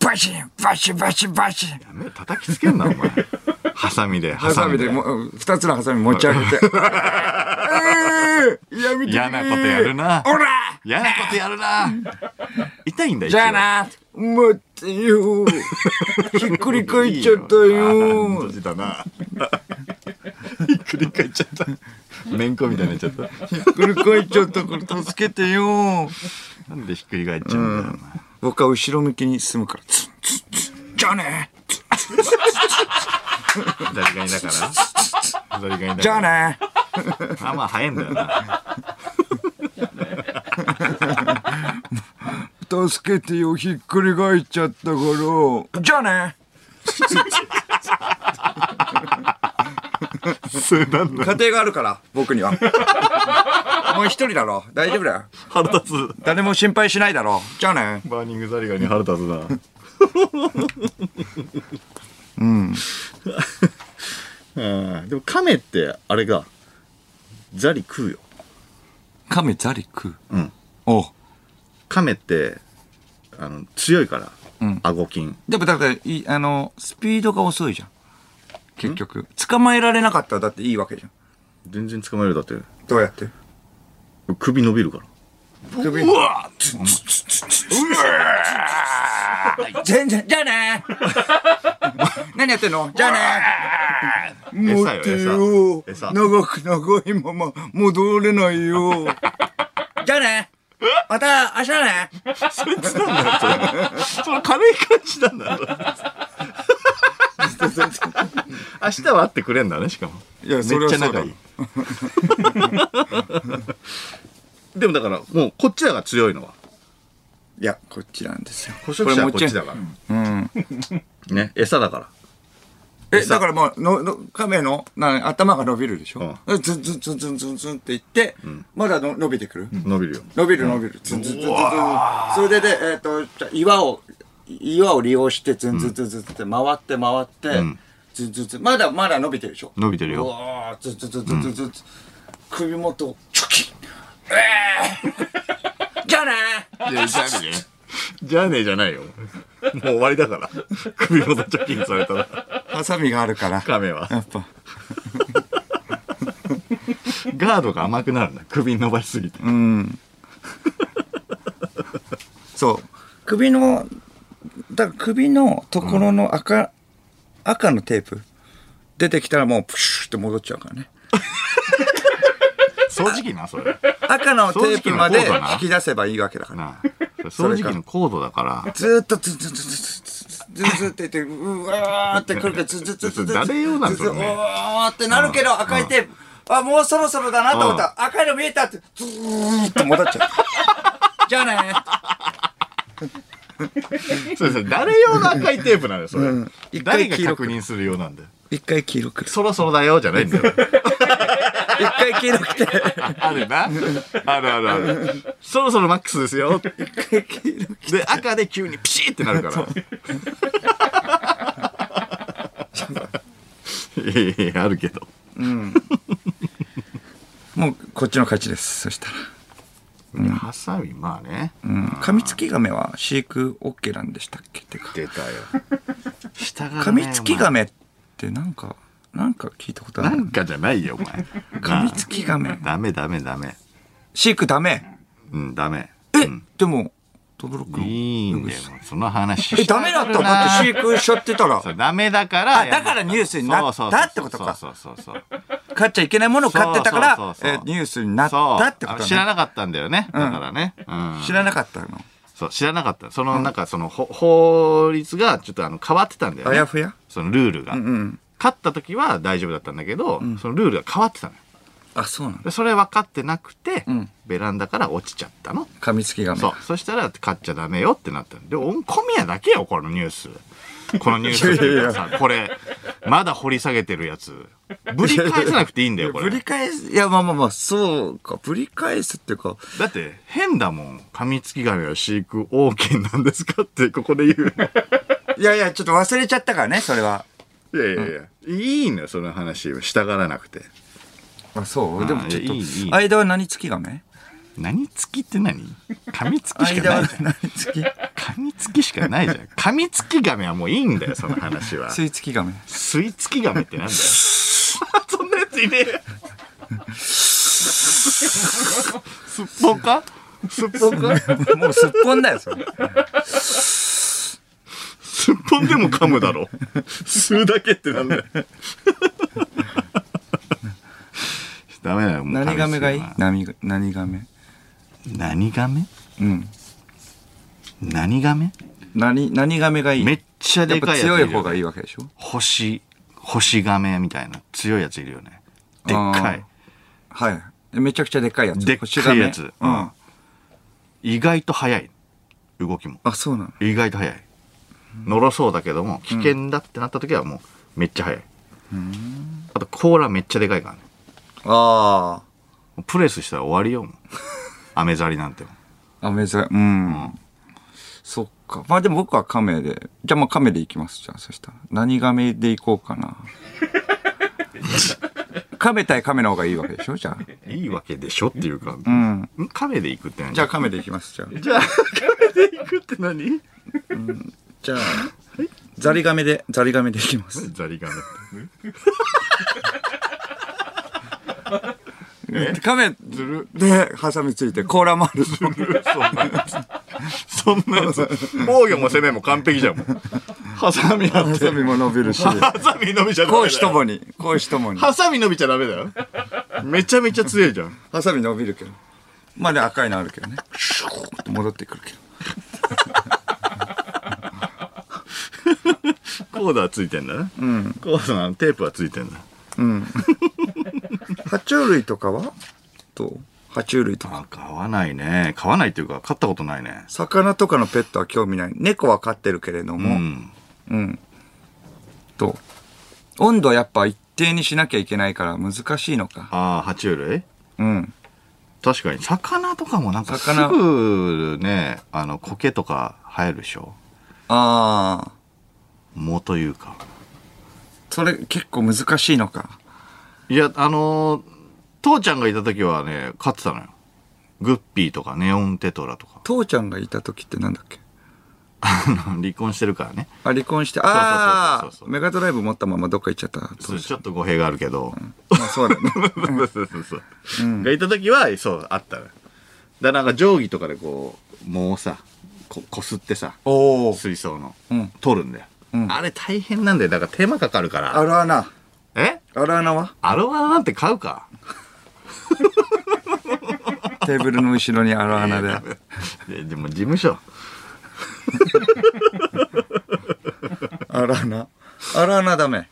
Speaker 2: バシンバシンバシンバシン
Speaker 1: めろ叩きつけんな、お前。ハサミで、ハ
Speaker 2: ハサ
Speaker 1: サ
Speaker 2: ミ
Speaker 1: ミ
Speaker 2: で
Speaker 1: で。
Speaker 2: もう、二つのハサミ持ち上げ て。えーやめて
Speaker 1: 嫌なことやるな。
Speaker 2: ほら
Speaker 1: 嫌なことやるな。痛いんだよ。
Speaker 2: じゃあな待って よひっくり返っちゃった
Speaker 1: あー
Speaker 2: よ
Speaker 1: 閉じたな。ひっくり返っちゃった。めんこみたいになっちゃった。
Speaker 2: ひっくり返っちゃったから助けてよ
Speaker 1: なんでひっくり返っちゃうんだよ。
Speaker 2: 僕は後ろ向きに進むから。ツンツンツンじゃあね
Speaker 1: お前左側にだ から。左側にだから。
Speaker 2: じゃあね
Speaker 1: あまあ早いんだよ な。
Speaker 2: 助けてよ、ひっくり返っちゃったから。じゃあね
Speaker 1: それなんだ
Speaker 2: 家庭があるから、僕 には。もう一人だろ。大丈夫だよ。
Speaker 1: 腹立つ。
Speaker 2: 誰も心配しないだろ。じゃあね
Speaker 1: バーニングザリガニ腹立つな。うん。 でも亀ってあれがザリ食うよ。
Speaker 2: 亀ザリ食う。
Speaker 1: うん。
Speaker 2: おう
Speaker 1: 亀ってあの強いから、
Speaker 2: うん
Speaker 1: 顎筋。
Speaker 2: でもだからい、あの、スピードが遅いじゃん。結局。捕まえられなかったらだっていいわけじゃん。
Speaker 1: 全然捕まえるだって
Speaker 2: どうやって
Speaker 1: 首伸びるから。
Speaker 2: 首うわ全然、じゃあ ね何やってんのじゃあね
Speaker 1: 餌よ
Speaker 2: 持って
Speaker 1: 餌餌
Speaker 2: 長く長いまま戻れないよ。 じゃあねまた明日ね
Speaker 1: その軽い感じなんだろ。 明日は会ってくれんだね、しかも。
Speaker 2: いや
Speaker 1: めっ
Speaker 2: それは
Speaker 1: ち
Speaker 2: そ
Speaker 1: ゃ
Speaker 2: う
Speaker 1: 仲
Speaker 2: だ
Speaker 1: いい。 でもだから、もうこっちだが強いのは。
Speaker 2: いや、こっちなんですよ。
Speaker 1: 捕食者はこっちだ
Speaker 2: こ
Speaker 1: か
Speaker 2: れもちろん。うん。
Speaker 1: ら。ね、餌だから。
Speaker 2: え、
Speaker 1: 餌
Speaker 2: だからもう、の、の、亀の、な、頭が伸びるでしょ
Speaker 1: う
Speaker 2: ズンズンズンズンズンズンっていって、まだの伸びてくる
Speaker 1: 伸びるよ。
Speaker 2: 伸びる伸びる。ズンズンズンズンズン。それで、えっ、と、じゃあ岩を、岩を利用して、ズンズンズンズンって回って回って、ズンズンズン。まだまだ伸びてるでしょ
Speaker 1: 伸びてる
Speaker 2: う
Speaker 1: よ。
Speaker 2: わー、ズンズンズンズンズンズン。首元を、チョキえーじゃあね
Speaker 1: いやじゃあね。じゃあねじゃないよ。もう終わりだから。 首元貯金されたら、
Speaker 2: ハサミがあるから。
Speaker 1: 亀は。
Speaker 2: やっぱ。
Speaker 1: ガードが甘くなるんだ。首伸ばしすぎて。
Speaker 2: そう。首の、だから首のところの赤、赤のテープ、出てきたらもうプシューって戻っちゃうからね。
Speaker 1: 掃除機な、それ。
Speaker 2: 赤のテープまで
Speaker 1: 掃除機の方だな
Speaker 2: 引き出せばいいわけだから。
Speaker 1: なあそれ掃除機のコードだから。
Speaker 2: ずーっとずずずずずずずずって言って、うわーってくるからずずずずずず。
Speaker 1: 誰用なんそれね
Speaker 2: ずずおーってなるけど赤いテープ。あ、もうそろそろだなと思ったら、赤いの見えたって、ずーっと戻っちゃう。じゃあね
Speaker 1: そうですね。誰用の赤いテープなのよ、それ。
Speaker 2: 一回
Speaker 1: 誰
Speaker 2: 黄色
Speaker 1: が
Speaker 2: く
Speaker 1: 確認するようなんだよ。
Speaker 2: 一回黄色くる。
Speaker 1: そろそろだよ、じゃないんだよ。
Speaker 2: 一回黄色くて、
Speaker 1: あるな。あるあるある。そろそろマックスです よ。
Speaker 2: 一回黄色くて。
Speaker 1: で、赤で急にピシーってなるから。いや いやいや、あるけど。
Speaker 2: もうこっちの勝ちです。そしたら。
Speaker 1: うん、ハサミ、まあね。
Speaker 2: うん、カミツキガメは飼育 OK なんでしたっけってか。
Speaker 1: 出たよ。下が、ね。
Speaker 2: カミツキガメってなんか、なんか聞いたこと
Speaker 1: な
Speaker 2: ある
Speaker 1: ん。かじゃないよ、お前。
Speaker 2: カミツキガメ。
Speaker 1: ダメダメダメ。
Speaker 2: 飼育ダメ。
Speaker 1: うん、ダメ。
Speaker 2: え、
Speaker 1: うん
Speaker 2: でも、トドロクの。
Speaker 1: いいんだよ、その話
Speaker 2: え、ダメだったのだって飼育しちゃってたら、
Speaker 1: そうダメだから。
Speaker 2: あだからニュースになったってことか
Speaker 1: そうそうそうそう。
Speaker 2: 飼っちゃいけないものを飼ってた
Speaker 1: そ
Speaker 2: か
Speaker 1: う
Speaker 2: ら
Speaker 1: そう、そう
Speaker 2: え
Speaker 1: そう
Speaker 2: ニュースになっ
Speaker 1: そう
Speaker 2: たってこと
Speaker 1: あ
Speaker 2: ね。
Speaker 1: 知らなかったんだよね。だからね。うん
Speaker 2: 知らなかったの。
Speaker 1: そう、知らなかった。その、なんか、その、ほ法律がちょっとあの変わってたんだよ
Speaker 2: あや
Speaker 1: ね。
Speaker 2: ふや
Speaker 1: そのルールが
Speaker 2: う。ん。
Speaker 1: 勝った時は大丈夫だったんだけど、そのルールが変わってたのよ。
Speaker 2: あ、そうなんだ。
Speaker 1: でそれ分かってなくて
Speaker 2: ん、
Speaker 1: ベランダから落ちちゃったの。
Speaker 2: カミツキガメ。
Speaker 1: そう。そしたら、買っちゃダメよってなったので、おん小宮だけよ、このニュース。このニュースっていうかさ、これ、まだ掘り下げてるやつ。ぶり返さなくていいんだよ、こ
Speaker 2: ぶり
Speaker 1: れ。
Speaker 2: 返す、いや、まあまあまあ、そうか。ぶり返すっていうか、
Speaker 1: だって、変だもん。カミツキガメは飼育 OK なんですかって、ここで言うの。
Speaker 2: いやいや、ちょっと忘れちゃったからね、それは。
Speaker 1: いやいやいや、いいのよ、その話は。従らなくて。
Speaker 2: あ、そう
Speaker 1: あ
Speaker 2: でもちょっと
Speaker 1: いいいい
Speaker 2: 間は何付きがね
Speaker 1: 何付きって何噛みつきしかな
Speaker 2: 間はい
Speaker 1: じゃん。
Speaker 2: 何付き
Speaker 1: 噛みつきしかないじゃん。噛みつきガメはもういいんだよ、その話 は。
Speaker 2: 水付きがね
Speaker 1: 吸い付きガメってなんだよ。そんなやついね えよ。 すっぽんかすっぽんか
Speaker 2: もうすっぽんだよ、それ。
Speaker 1: すっぽんでも噛むだろ。吸うだけってなんだよ。 ダメだよ、もう噛みすぎるな。
Speaker 2: 何ガメがいい何何ガメ。
Speaker 1: 何ガメ
Speaker 2: うん。
Speaker 1: 何ガメ
Speaker 2: 何、何ガメがいい
Speaker 1: めっちゃ
Speaker 2: や
Speaker 1: で
Speaker 2: っぱ
Speaker 1: かいやつ
Speaker 2: 強い
Speaker 1: るよ
Speaker 2: 方がいいわけでしょ
Speaker 1: 星星ガメみたいな強いやついるよねでっかい
Speaker 2: はい。めちゃくちゃでっかいやつ。
Speaker 1: でっかいやつ
Speaker 2: 星
Speaker 1: う
Speaker 2: ガ
Speaker 1: ん
Speaker 2: メ
Speaker 1: 意外と速い動きも
Speaker 2: うん。あ、そうなの
Speaker 1: 意外と速いのろそうだけども危険だってなった時はもうめっちゃ速いあと甲羅めっちゃでかいからね
Speaker 2: あ
Speaker 1: もうプレスしたら終わりよもう雨ざりなんても
Speaker 2: あ。あ、めず、うん。そっか。まあでも僕はカメで。じゃあまあカメでいきます、じゃあ。そしたら。何ガメでいこうかな。 カメ対カメの方がいいわけでしょじゃあ。
Speaker 1: いいわけでしょっていうか、
Speaker 2: うん。
Speaker 1: ん、カメで行くって何
Speaker 2: じゃあカメでいきます、じゃあ。
Speaker 1: じゃあカメで行くって何
Speaker 2: じゃあ、ザリガメで、ザリガメでいきます。
Speaker 1: ザリガメって
Speaker 2: カメ
Speaker 1: ずる
Speaker 2: で、ハサミついて、甲羅もあ る。
Speaker 1: そんなやつ。そんなやつ。防御も攻めも完璧じゃんもう。ハサミあ
Speaker 2: ハ
Speaker 1: っ
Speaker 2: サ
Speaker 1: て。
Speaker 2: ミも伸びるし、
Speaker 1: ハサミ伸びちゃダメだよ。
Speaker 2: 講師ともに、講師ともに。
Speaker 1: ハサミ伸びちゃダメだよ。めちゃめちゃ強いじゃん。
Speaker 2: ハサミ伸びるけど。まあね、赤いのあるけどね。シューって戻ってくるけど。
Speaker 1: コードはついてんだな。
Speaker 2: うん。
Speaker 1: コードのあのテープはついてんだ。
Speaker 2: うん。爬虫類とかはどう爬虫類とか。
Speaker 1: あ、買わないね。買わないっていうか、買ったことないね。
Speaker 2: 魚とかのペットは興味ない。猫は飼ってるけれど
Speaker 1: う
Speaker 2: も、
Speaker 1: ん。
Speaker 2: うん。と、温度はやっぱ一定にしなきゃいけないから難しいのか。
Speaker 1: ああ、爬虫類
Speaker 2: うん。
Speaker 1: 確かに、魚とかもなんかす
Speaker 2: 魚
Speaker 1: ぐね、あの、苔とか生えるでしょ
Speaker 2: ああ。
Speaker 1: 藻というか。
Speaker 2: それ結構難しいのか。
Speaker 1: いや、あのー父ちゃんがいた時はね、飼ってたのよ。グッピーとかネオンテトラとか。
Speaker 2: 父ちゃんがいた時ってなんだっけ
Speaker 1: あの離婚してるからね。
Speaker 2: あ、離婚して、あ
Speaker 1: そうそうそうそうそ
Speaker 2: あ
Speaker 1: う
Speaker 2: メガドライブ持ったままどっか行っちゃった。
Speaker 1: そうちょっと語弊があるけど。
Speaker 2: まあそうだ ね。
Speaker 1: そうそうそうそう。がいた時は、そう、あったのよ。だからなんか定規とかでこう、藻をさ、ここすってさ、
Speaker 2: おお。
Speaker 1: 水槽の、
Speaker 2: うん
Speaker 1: 取るんだよ。
Speaker 2: うん
Speaker 1: あれ大変なんだよ。だから手間かかるから。
Speaker 2: 洗わな。
Speaker 1: え
Speaker 2: 洗わなは
Speaker 1: アロワナなんて買うか
Speaker 2: テーブルの後ろに洗わなで。
Speaker 1: いやでも事務所。
Speaker 2: 洗わな。洗わなダメ。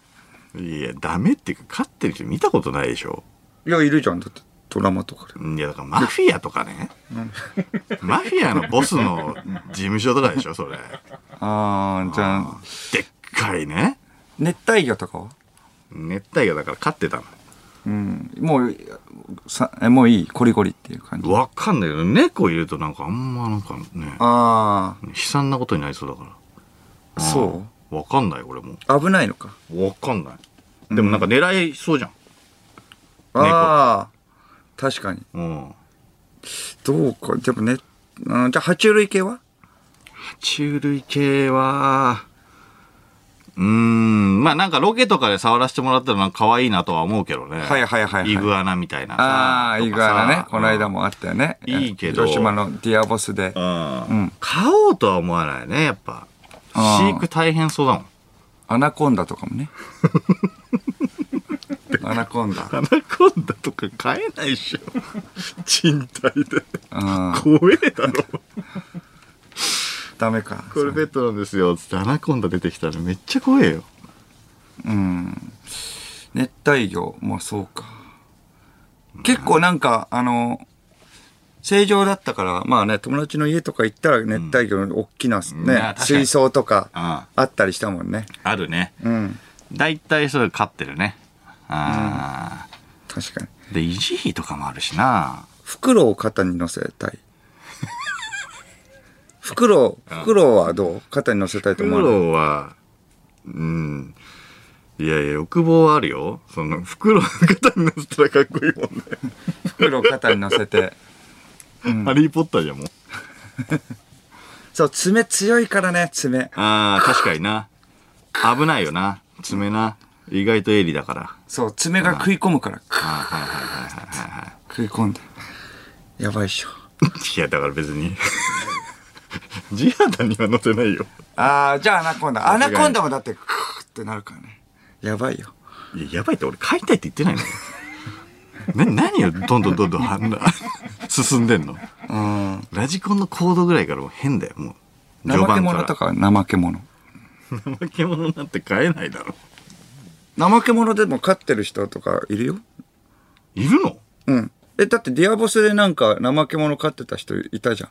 Speaker 1: いや、ダメっていうか、飼ってる人見たことないでしょ。
Speaker 2: いや、いるじゃん。だってドラマとかで。
Speaker 1: いやだからマフィアとかね。マフィアのボスの事務所とかでしょ、それ。
Speaker 2: ああ、じゃあ、
Speaker 1: でっかいね。
Speaker 2: 熱帯魚とかは
Speaker 1: 熱帯魚だから飼ってた
Speaker 2: うん。もう、さえもういい。コリコリっていう感じ
Speaker 1: の。。わかんないけど、猫いるとなんかあんまなんかね、
Speaker 2: あ
Speaker 1: 悲惨なことになりそうだか
Speaker 2: あ、そ
Speaker 1: ら。わかんない、俺も。
Speaker 2: う。危ないのか。
Speaker 1: わかんない。でもなんか狙いそうじゃん。
Speaker 2: ああ、確かに。
Speaker 1: うん。
Speaker 2: どうか、でもね、うん、じゃあ、爬虫類系は
Speaker 1: 爬虫類系は、うーん、まあなんかロケとかで触らせてもらったらなんか可愛いなとは思うけどね。
Speaker 2: はいはいはいはい
Speaker 1: イグアナみたいなさ。
Speaker 2: ああ、イグアナね。この間
Speaker 1: も。
Speaker 2: もあったよね。
Speaker 1: いいけど
Speaker 2: 広島のディアボスで
Speaker 1: う。
Speaker 2: うんん。
Speaker 1: 買おうとは思わないね、やっぱ。
Speaker 2: あ
Speaker 1: 飼
Speaker 2: ー
Speaker 1: 育大変そうだもん。
Speaker 2: アナコンダとかもね。アナコン ダ。
Speaker 1: アナコンダとか買えないっしょ。 賃貸で。
Speaker 2: うん、
Speaker 1: 怖えだろ。
Speaker 2: ダメか。
Speaker 1: これベッドなんですよ。つってアナコンダ出てきたらめっちゃ怖えよ。
Speaker 2: うん。熱帯魚、まあそうか。結構なんか、あの、正常だったから、まあね、友達の家とか行ったら熱帯魚の大きなね、
Speaker 1: うんいや確かに
Speaker 2: 水槽とか
Speaker 1: あ
Speaker 2: あったりしたもんね。
Speaker 1: あるね。
Speaker 2: うん。
Speaker 1: 大体それ飼ってるね。ああ、
Speaker 2: 確かに。
Speaker 1: で、維持費とかもあるしな。
Speaker 2: 袋を肩に乗せ たい。袋、袋はどう肩に乗せたいと思
Speaker 1: 苦
Speaker 2: わない
Speaker 1: 労は、うん。いやいや、欲望はあるよ。その、袋の方になったらかっこいいもんね。
Speaker 2: 袋を肩に乗せて。
Speaker 1: ハリーポッターじゃんもう。
Speaker 2: そう、爪強いからね、爪。
Speaker 1: ああ、確かにな。危ないよな。爪な。意外と鋭利だから。
Speaker 2: そう、爪が食い込むから、
Speaker 1: あーはいはいはいはいはいは
Speaker 2: 食い込んで。やばいっしょ。
Speaker 1: い。いや、だから別に。 地肌には乗せないよ。
Speaker 2: ああ、じゃあアナコンダ。ア
Speaker 1: さすが
Speaker 2: ナ
Speaker 1: に
Speaker 2: コンダもだって、クーってなるからね。やばいよ。
Speaker 1: いや、やばいって俺買いたいって言ってないのよ。な、何をどんどんどんどんあんな 進んでんの
Speaker 2: うん。
Speaker 1: ラジコンのコードぐらいからもう変だよ、もう。
Speaker 2: 怠け者と
Speaker 1: か
Speaker 2: かは怠け者。
Speaker 1: ら。怠け者なんて買えないだろ。
Speaker 2: 怠け者でも飼ってる人とかいるよ。
Speaker 1: いるの
Speaker 2: うん。え、だってディアボスでなんか怠け者飼ってた人いたじゃん。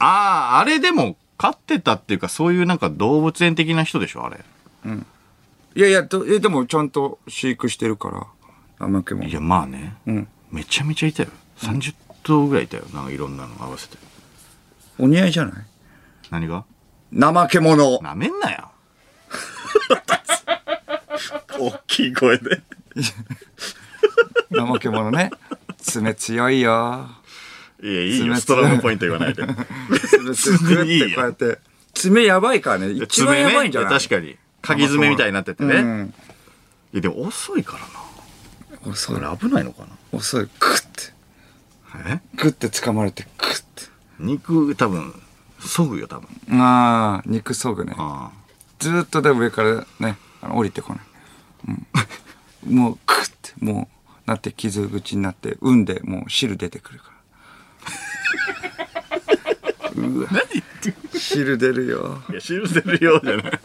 Speaker 1: ああ、あれでも飼ってたっていうか、そういうなんか動物園的な人でしょ、あれ。
Speaker 2: いやいや、どえでもちゃんと飼育してるから、怠け
Speaker 1: い
Speaker 2: 者。
Speaker 1: や、まあね。
Speaker 2: うん。
Speaker 1: めちゃめちゃいたよ。30頭ぐらいいたよ。なんかいろんなの合わせて。
Speaker 2: お似合いじゃない
Speaker 1: 何が
Speaker 2: 怠け 者。
Speaker 1: なめんなよ。大きい声で。
Speaker 2: 怠け者ね。爪強いよ。
Speaker 1: いや、いい
Speaker 2: 爪
Speaker 1: よ。ストラムポイント言わないで。
Speaker 2: 爪強いってこうやって。爪やばいからね。一番やばいんじゃない、
Speaker 1: 爪ね確かに。鍵爪みたいになっててね。
Speaker 2: う
Speaker 1: い
Speaker 2: ん。
Speaker 1: や、でも遅いからな。
Speaker 2: 遅い。
Speaker 1: あれ危ないのか
Speaker 2: 遅い。クッて。
Speaker 1: な。え
Speaker 2: グッて掴まれてグッて
Speaker 1: 肉、多分、そぐよ、多分。
Speaker 2: ああ肉そぐね
Speaker 1: あ
Speaker 2: ずーっとで上からねあの降りてこない、うん、 もうグッてもうなって傷口になって産んでもう汁出てくるから
Speaker 1: あ。何言って
Speaker 2: 汁出るよ
Speaker 1: いや、知るてるようじゃない。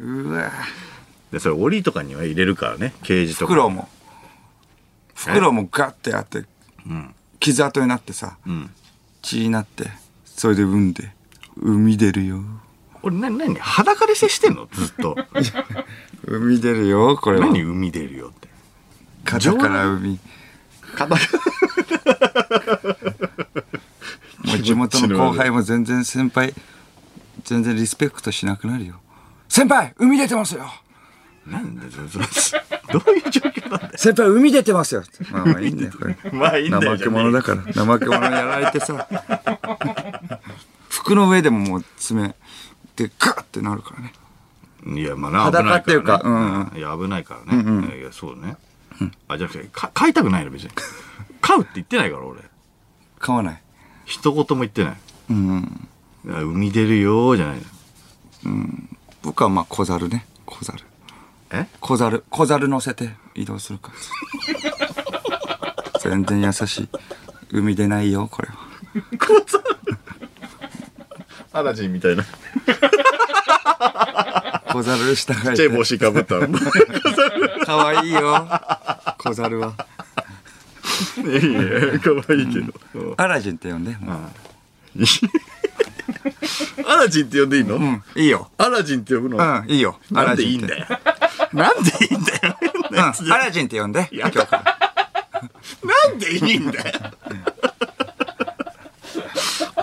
Speaker 2: うわー
Speaker 1: で、それ、檻とかには入れるからね。ケージとか。
Speaker 2: 袋も袋もガッてあって
Speaker 1: うん。
Speaker 2: 傷跡になってさ
Speaker 1: うん。
Speaker 2: 血になってそれで産んで海出るよ
Speaker 1: 俺、な、なに、裸で接してんのずっと。
Speaker 2: 海出るよこれは
Speaker 1: 何、海出るよって。
Speaker 2: 肩から海
Speaker 1: 肩が
Speaker 2: もう地元の後輩も全然先輩全然リスペクトしなくなるよ先輩海出てますよ
Speaker 1: なんでそそどういう状況なんだよ。
Speaker 2: 先輩海出てますよまあまあいいんだよこれ
Speaker 1: まあいいんだよ。
Speaker 2: 怠け者だから怠け者やられてさ服の上でももう爪でガッてなるからね
Speaker 1: いや、まあな、
Speaker 2: 裸
Speaker 1: 危ない
Speaker 2: っていうか
Speaker 1: からねいや、危ないからね。いやいや、そうね。あ、じゃなくて、か買いたくないの、別に。買うって言ってないから、俺。
Speaker 2: 買わない
Speaker 1: 一言も言ってない。
Speaker 2: うん
Speaker 1: だから海出るよーじゃないの。
Speaker 2: 僕はまあ小猿ね小猿
Speaker 1: え
Speaker 2: 小猿小猿乗せて移動する から全然優しい海出ないよこれは
Speaker 1: アラジンみたいな。ち
Speaker 2: 小猿従えて
Speaker 1: 子かぶった。い
Speaker 2: かわいいよ。小猿は。
Speaker 1: やいや、かわいいけど。
Speaker 2: アラジンって呼んで。もう
Speaker 1: アラジンって呼んでいいの
Speaker 2: うん、いいよ。
Speaker 1: アラジンって呼ぶの
Speaker 2: うん、いいよ。アラジンって。
Speaker 1: よ。なんでいいんだよ。
Speaker 2: うん、アラジンって呼んで。今日から。
Speaker 1: なんでいいんだよ。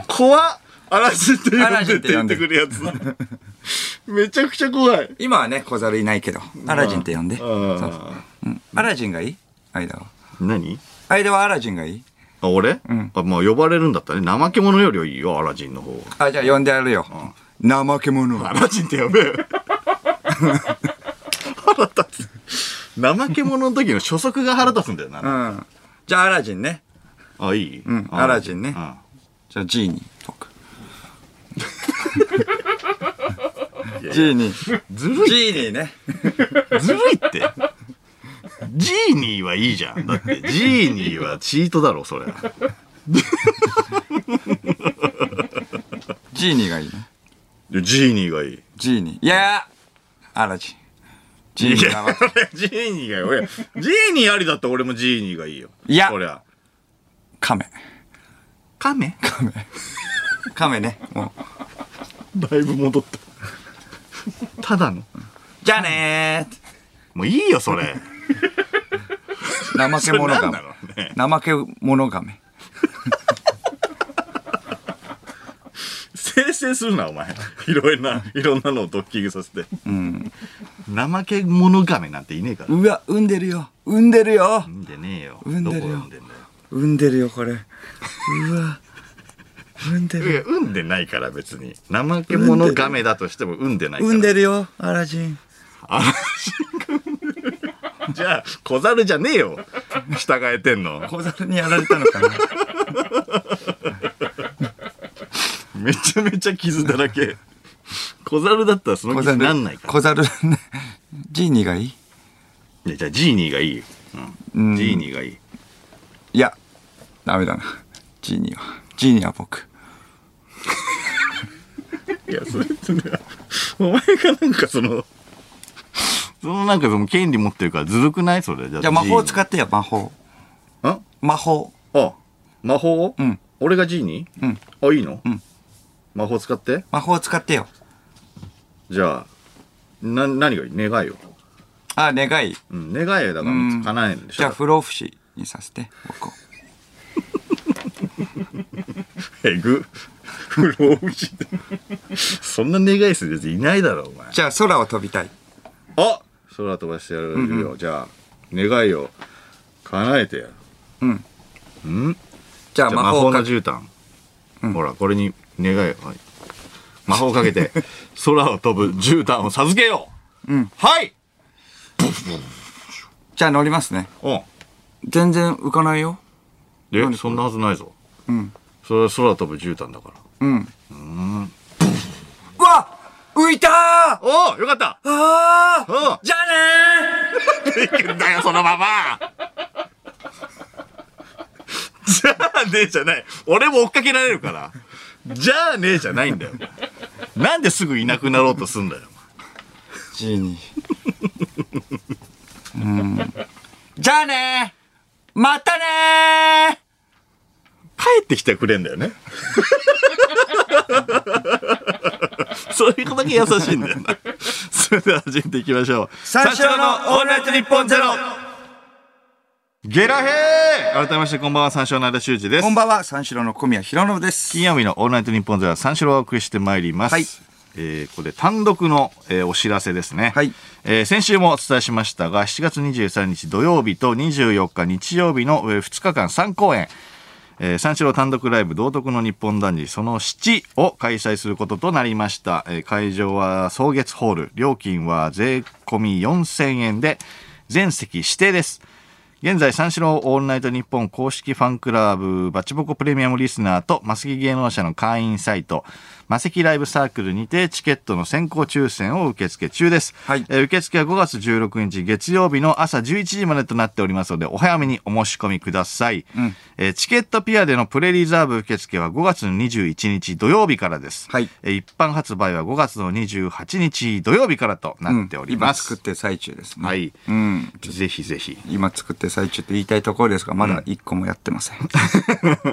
Speaker 1: 怖っ。アラジンって
Speaker 2: ア
Speaker 1: 呼
Speaker 2: ラ
Speaker 1: ん
Speaker 2: ジ
Speaker 1: で
Speaker 2: ン
Speaker 1: っ
Speaker 2: って
Speaker 1: て言
Speaker 2: 呼ん
Speaker 1: っ
Speaker 2: で
Speaker 1: てくるやつ。めちゃくちゃ怖い。
Speaker 2: 今はね、小猿いないけど。アラジンって呼んで。
Speaker 1: うん
Speaker 2: そううんアラジンがいい間は。
Speaker 1: 何
Speaker 2: 間はアラジンがいい
Speaker 1: あ、俺、あ、まあ呼ばれるんだったらね。怠け者よりはいいよ、アラジンの方は。
Speaker 2: あ、じゃあ呼んでやるよ。怠け者。
Speaker 1: アラジンってやべえ。腹立つ。怠け者の時の初速が腹立つんだよ
Speaker 2: う
Speaker 1: な。
Speaker 2: ん。じゃあアラジンね。
Speaker 1: あ、いいうん
Speaker 2: アラジンね
Speaker 1: うん
Speaker 2: じゃあジーニーとか。ジーニー。
Speaker 1: ずるい、
Speaker 2: ジーニーね。
Speaker 1: ずるいって。ジーニーはいいじゃん。だって、ジーニーはチートだろ、それ。
Speaker 2: ジーニーがいいね。
Speaker 1: ジーニーがいい。
Speaker 2: ジーニー。いやーアラジン。ジーニ
Speaker 1: い
Speaker 2: ー
Speaker 1: や
Speaker 2: が、
Speaker 1: ジーニーがよ。俺ジーニーありだったら俺もジーニーがいいよ。
Speaker 2: いや
Speaker 1: そりゃ。
Speaker 2: カメ。
Speaker 1: カメ
Speaker 2: カメね。もう。
Speaker 1: だいぶ戻った。ただの。
Speaker 2: じゃあね
Speaker 1: もういいよ、それ。
Speaker 2: ー怠け者
Speaker 1: それなんだ
Speaker 2: 亀
Speaker 1: ろうね。
Speaker 2: 怠け者亀。
Speaker 1: 生成するな、お前。 いろいろな、いろんなのをドッキングさせて。怠け者亀なんていねえから。
Speaker 2: うわ、産んでるよ。産んでるよ。
Speaker 1: 産んでねえよ。
Speaker 2: 産んでるよ
Speaker 1: どこ産んでんだよ。
Speaker 2: 産んでるよ、これ。うわ。産んで
Speaker 1: い
Speaker 2: る。
Speaker 1: や、産んでないから別に。怠け者亀だとしても産んでないから。
Speaker 2: 産んでるよ、アラジン。
Speaker 1: じゃあ、小猿じゃねえよ。従えてんの。
Speaker 2: 小猿にやられたのかな。
Speaker 1: めちゃめちゃ傷だらけ。 小猿だったらその
Speaker 2: 小
Speaker 1: 傷
Speaker 2: 猿。
Speaker 1: になんないから。
Speaker 2: 小猿、ジーニーがいい
Speaker 1: いやじゃあ、ジーニーがいいよ。うん。ジーニーがいい。
Speaker 2: いや、ダメだな。ジーニーは。ジーニーは僕。
Speaker 1: いや、それってね、お前がなんかその、そのなんかその権利持ってるからずるくないそれ。じゃ
Speaker 2: じゃあ魔法使
Speaker 1: っ
Speaker 2: ってよ、魔法。
Speaker 1: あ
Speaker 2: 魔法。
Speaker 1: あ、魔法を
Speaker 2: ん
Speaker 1: 俺がジーニー
Speaker 2: うん。
Speaker 1: あ、いいの
Speaker 2: ん
Speaker 1: 魔法使って
Speaker 2: 魔法使ってよ。
Speaker 1: じゃあ、な、何がいい願いを。
Speaker 2: あ、願い。
Speaker 1: うん、願いだから
Speaker 2: うん
Speaker 1: 叶えるんでし
Speaker 2: じゃあ
Speaker 1: ょ。
Speaker 2: 不老不死にさせて、僕を。
Speaker 1: えぐ。不老不死って。 そんな願いするやついないだろ、お前。
Speaker 2: じゃあ空を飛びたい。
Speaker 1: あ空飛ばしてやるよ。じゃあ、願いを叶えてやる。
Speaker 2: うん。
Speaker 1: うん
Speaker 2: じゃあ
Speaker 1: じゃあ
Speaker 2: 魔
Speaker 1: 魔
Speaker 2: 法
Speaker 1: 法
Speaker 2: か
Speaker 1: の絨毯、ほらこれに願いを、はい、魔法をかけ て空を飛ぶ絨毯を授けよう、
Speaker 2: うん
Speaker 1: はい
Speaker 2: じゃあ乗りますね。
Speaker 1: うん
Speaker 2: 全然浮かないよ。
Speaker 1: でそんなはずないぞ
Speaker 2: うん。
Speaker 1: それは空飛ぶ絨毯だから
Speaker 2: うん。うん。うわ浮いたーあ
Speaker 1: おおよかった
Speaker 2: あ
Speaker 1: お
Speaker 2: じゃあねー
Speaker 1: いくんだよそのまま じゃあねえじゃない俺も追っかけられるからじゃあねえじゃないんだよなんですぐいなくなろうとすんだよ
Speaker 2: ジーニー。うん。じゃあねーまたねー
Speaker 1: 帰ってきてくれんだよね。 そういうことに優しいんだよな。 それでは始めていきましょう。
Speaker 2: 三四郎のオールナイトニッポンゼロ
Speaker 1: ゲラヘー改めましてこんばんは、三四郎の間修二です
Speaker 2: こん。ばんは、三四郎の小宮弘信です。
Speaker 1: 金曜日のオールナイトニッポンゼロは三四郎をお送りしてまいります。
Speaker 2: はい
Speaker 1: えーここで単独の、えーお知らせですね、
Speaker 2: はい
Speaker 1: えー先週もお伝えしましたが7月23日土曜日と24日日曜日の2日間3公演、えー三四郎単独ライブ道徳の日本男児その7を開催することとなりました、えー会場は草月ホール料金は税込み4000円で全席指定です現在三四郎オールナイトニッポン公式ファンクラブバチボコプレミアムリスナーとマセキ芸能者の会員サイトマセキライブサークルにてチケットの先行抽選を受付中です、
Speaker 2: はい
Speaker 1: えー受付は5月16日月曜日の朝11時までとなっておりますのでお早めにお申し込みください、えーチケットピアでのプレリザーブ受付は5月21日土曜日からです、
Speaker 2: はい
Speaker 1: えー一般発売は5月の28日土曜日からとなっておりま
Speaker 2: 今
Speaker 1: す、
Speaker 2: 作ってる最中ですね。
Speaker 1: はい、
Speaker 2: うん。
Speaker 1: ぜひぜひ
Speaker 2: 今作ってる最中って言いたいところですが、まだ一個もやってません。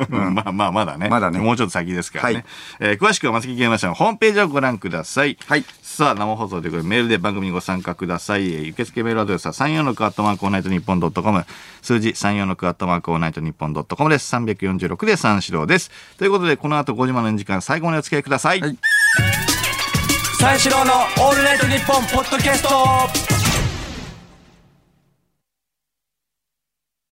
Speaker 1: まあまあまだね。
Speaker 2: まだね
Speaker 1: もうちょっと先ですからね。
Speaker 2: はい
Speaker 1: えー詳しくは松木芸能者のホームページをご覧ください。
Speaker 2: はい
Speaker 1: さあ、生放送ということでメールで番組にご参加ください。えー受付メールアドレスは34のクアットマークオールナイトニッポンドットコム。数字34のクアットマークオールナイトニッポンドットコムです。346で三四郎です。ということで、この後5時までの時間、最後までお付き合いください。
Speaker 2: はい三四郎のオールナイトニッポンポッドキャスト